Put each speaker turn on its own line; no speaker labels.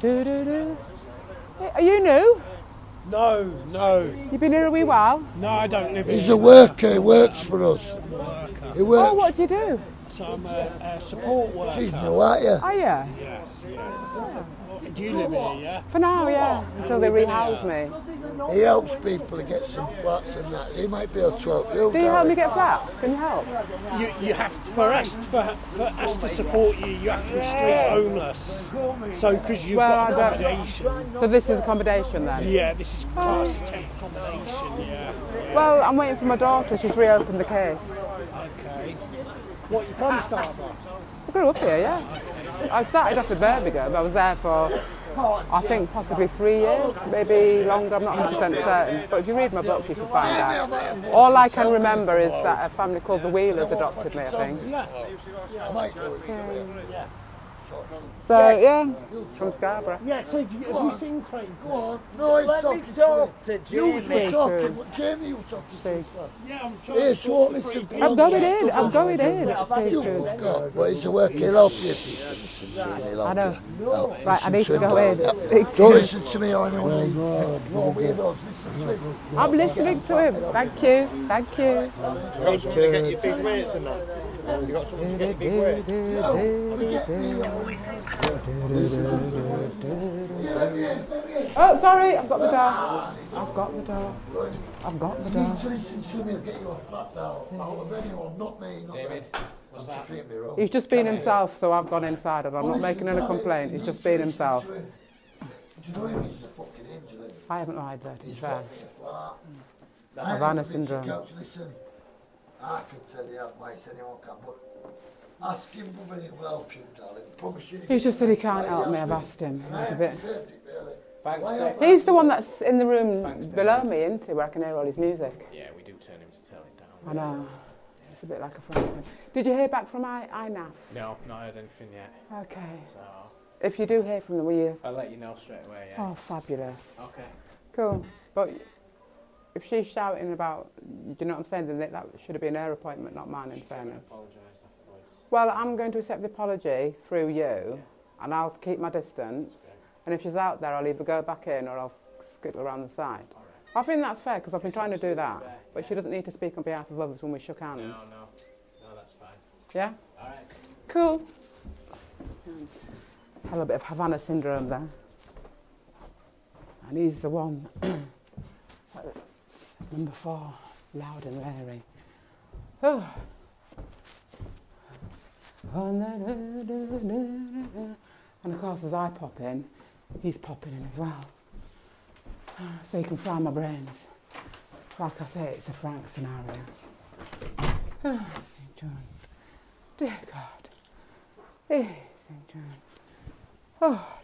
Do-do-do. Are you new?
No, no,
You've been here a wee while.
no, I don't live
He's
here.
a worker, he works for us.
I'm a worker.
He
Oh,
works.
what do you do? Oh,
So I'm a, a uh, support
She's
worker.
new, aren't you?
Are you?
Yes, yes. Do you live here, yeah?
For now, yeah. Until they rehouse me.
He helps people to get some flats and that. He might be able to help you.
Do you help me
darling.
get flats? Can you help?
You, you have for us for, for us to support you. You have to be street homeless. So because you've
Well,
got
I don't-
accommodation.
So this is accommodation then?
Yeah, this is class of temp accommodation. Yeah.
Well, I'm waiting for my daughter. She's reopened the case.
Okay. What you from Scarborough?
I grew up here, yeah. I started off in Birmingham. I was there for, I think, possibly three years, maybe longer. I'm not 100% certain. But if you read my book, you can find out. All I can remember is that a family called the Wheelers adopted Oh, me, I think.
I might do it.
So, yeah, from Scarborough.
Yeah. So you, have you seen Craig?
Go on. No, he's
Let
talking
me
to me.
talk to
You were
Jamie.
talking. what- Jamie, you were talking to us.
Yeah, I'm trying
Here's
to talk
what
to
listen
Craig.
to
I'm going in, I'm going in.
You
It's
fuck up. Well, he's a worker, he'll help you. He'll help
I know.
you. Help.
Right, I need to
Listen
go
him,
in.
darling.
Speak to
Don't
him.
listen to me or anyone. You're weirdos. Listen to him.
I'm listening to him. Thank you, thank you.
Got something to get your big weights and that. You got something to get your big weights.
No, Oh, forget me. You let me in, let me in.
Oh, sorry, I've got the door. I've got the door. I've got the door.
So listen to me, I'll get you off that now. I'll have anyone, not me, not David, what's that? Treat me wrong.
He's just been himself, so I've gone inside and I'm not making any complaint. He's just been himself.
Do you know him? He's a fucking angel. isn't
I haven't lied there, to be fair.
he? Well, I- I
Mm. Havana
ain't convinced
syndrome.
the couch, Listen, I could tell you advice anyone can, but ask him whether he will help you, darling. Promise you.
He's just said he can't help me. I've asked him. He's a bit.
Perfect, really.
Thanks,
Why
Dave.
have-
He's the one that's in the room below me, isn't he, where I can hear all his music.
Yeah, we do turn him to tell it down.
I know. It's a bit like a friend. Did you hear back from I- INAF?
No, not heard anything yet.
Okay.
So
If you do hear from them, will you?
I'll let you know straight away. Yeah.
Oh, fabulous.
Okay.
Cool. But if she's shouting about, do you know what I'm saying, then that that should have been her appointment, not mine, in fairness.
Apologise afterwards.
Well, I'm going to accept the apology through you, and I'll keep my distance. And if she's out there, I'll either go back in or I'll skittle around the side. I think that's fair because I've been trying to do that. But she doesn't need to speak on behalf of others when we shook hands.
No, no, no, that's fine.
Yeah?
All right.
Cool. A little bit of Havana syndrome there. And he's the one, number four, loud and wary. Oh. And of course, as I pop in, he's popping in as well. So you can fry my brains. Like I say, it's a Frank scenario. Oh, St. John. Dear God. Hey, St. John. Eh, Oh.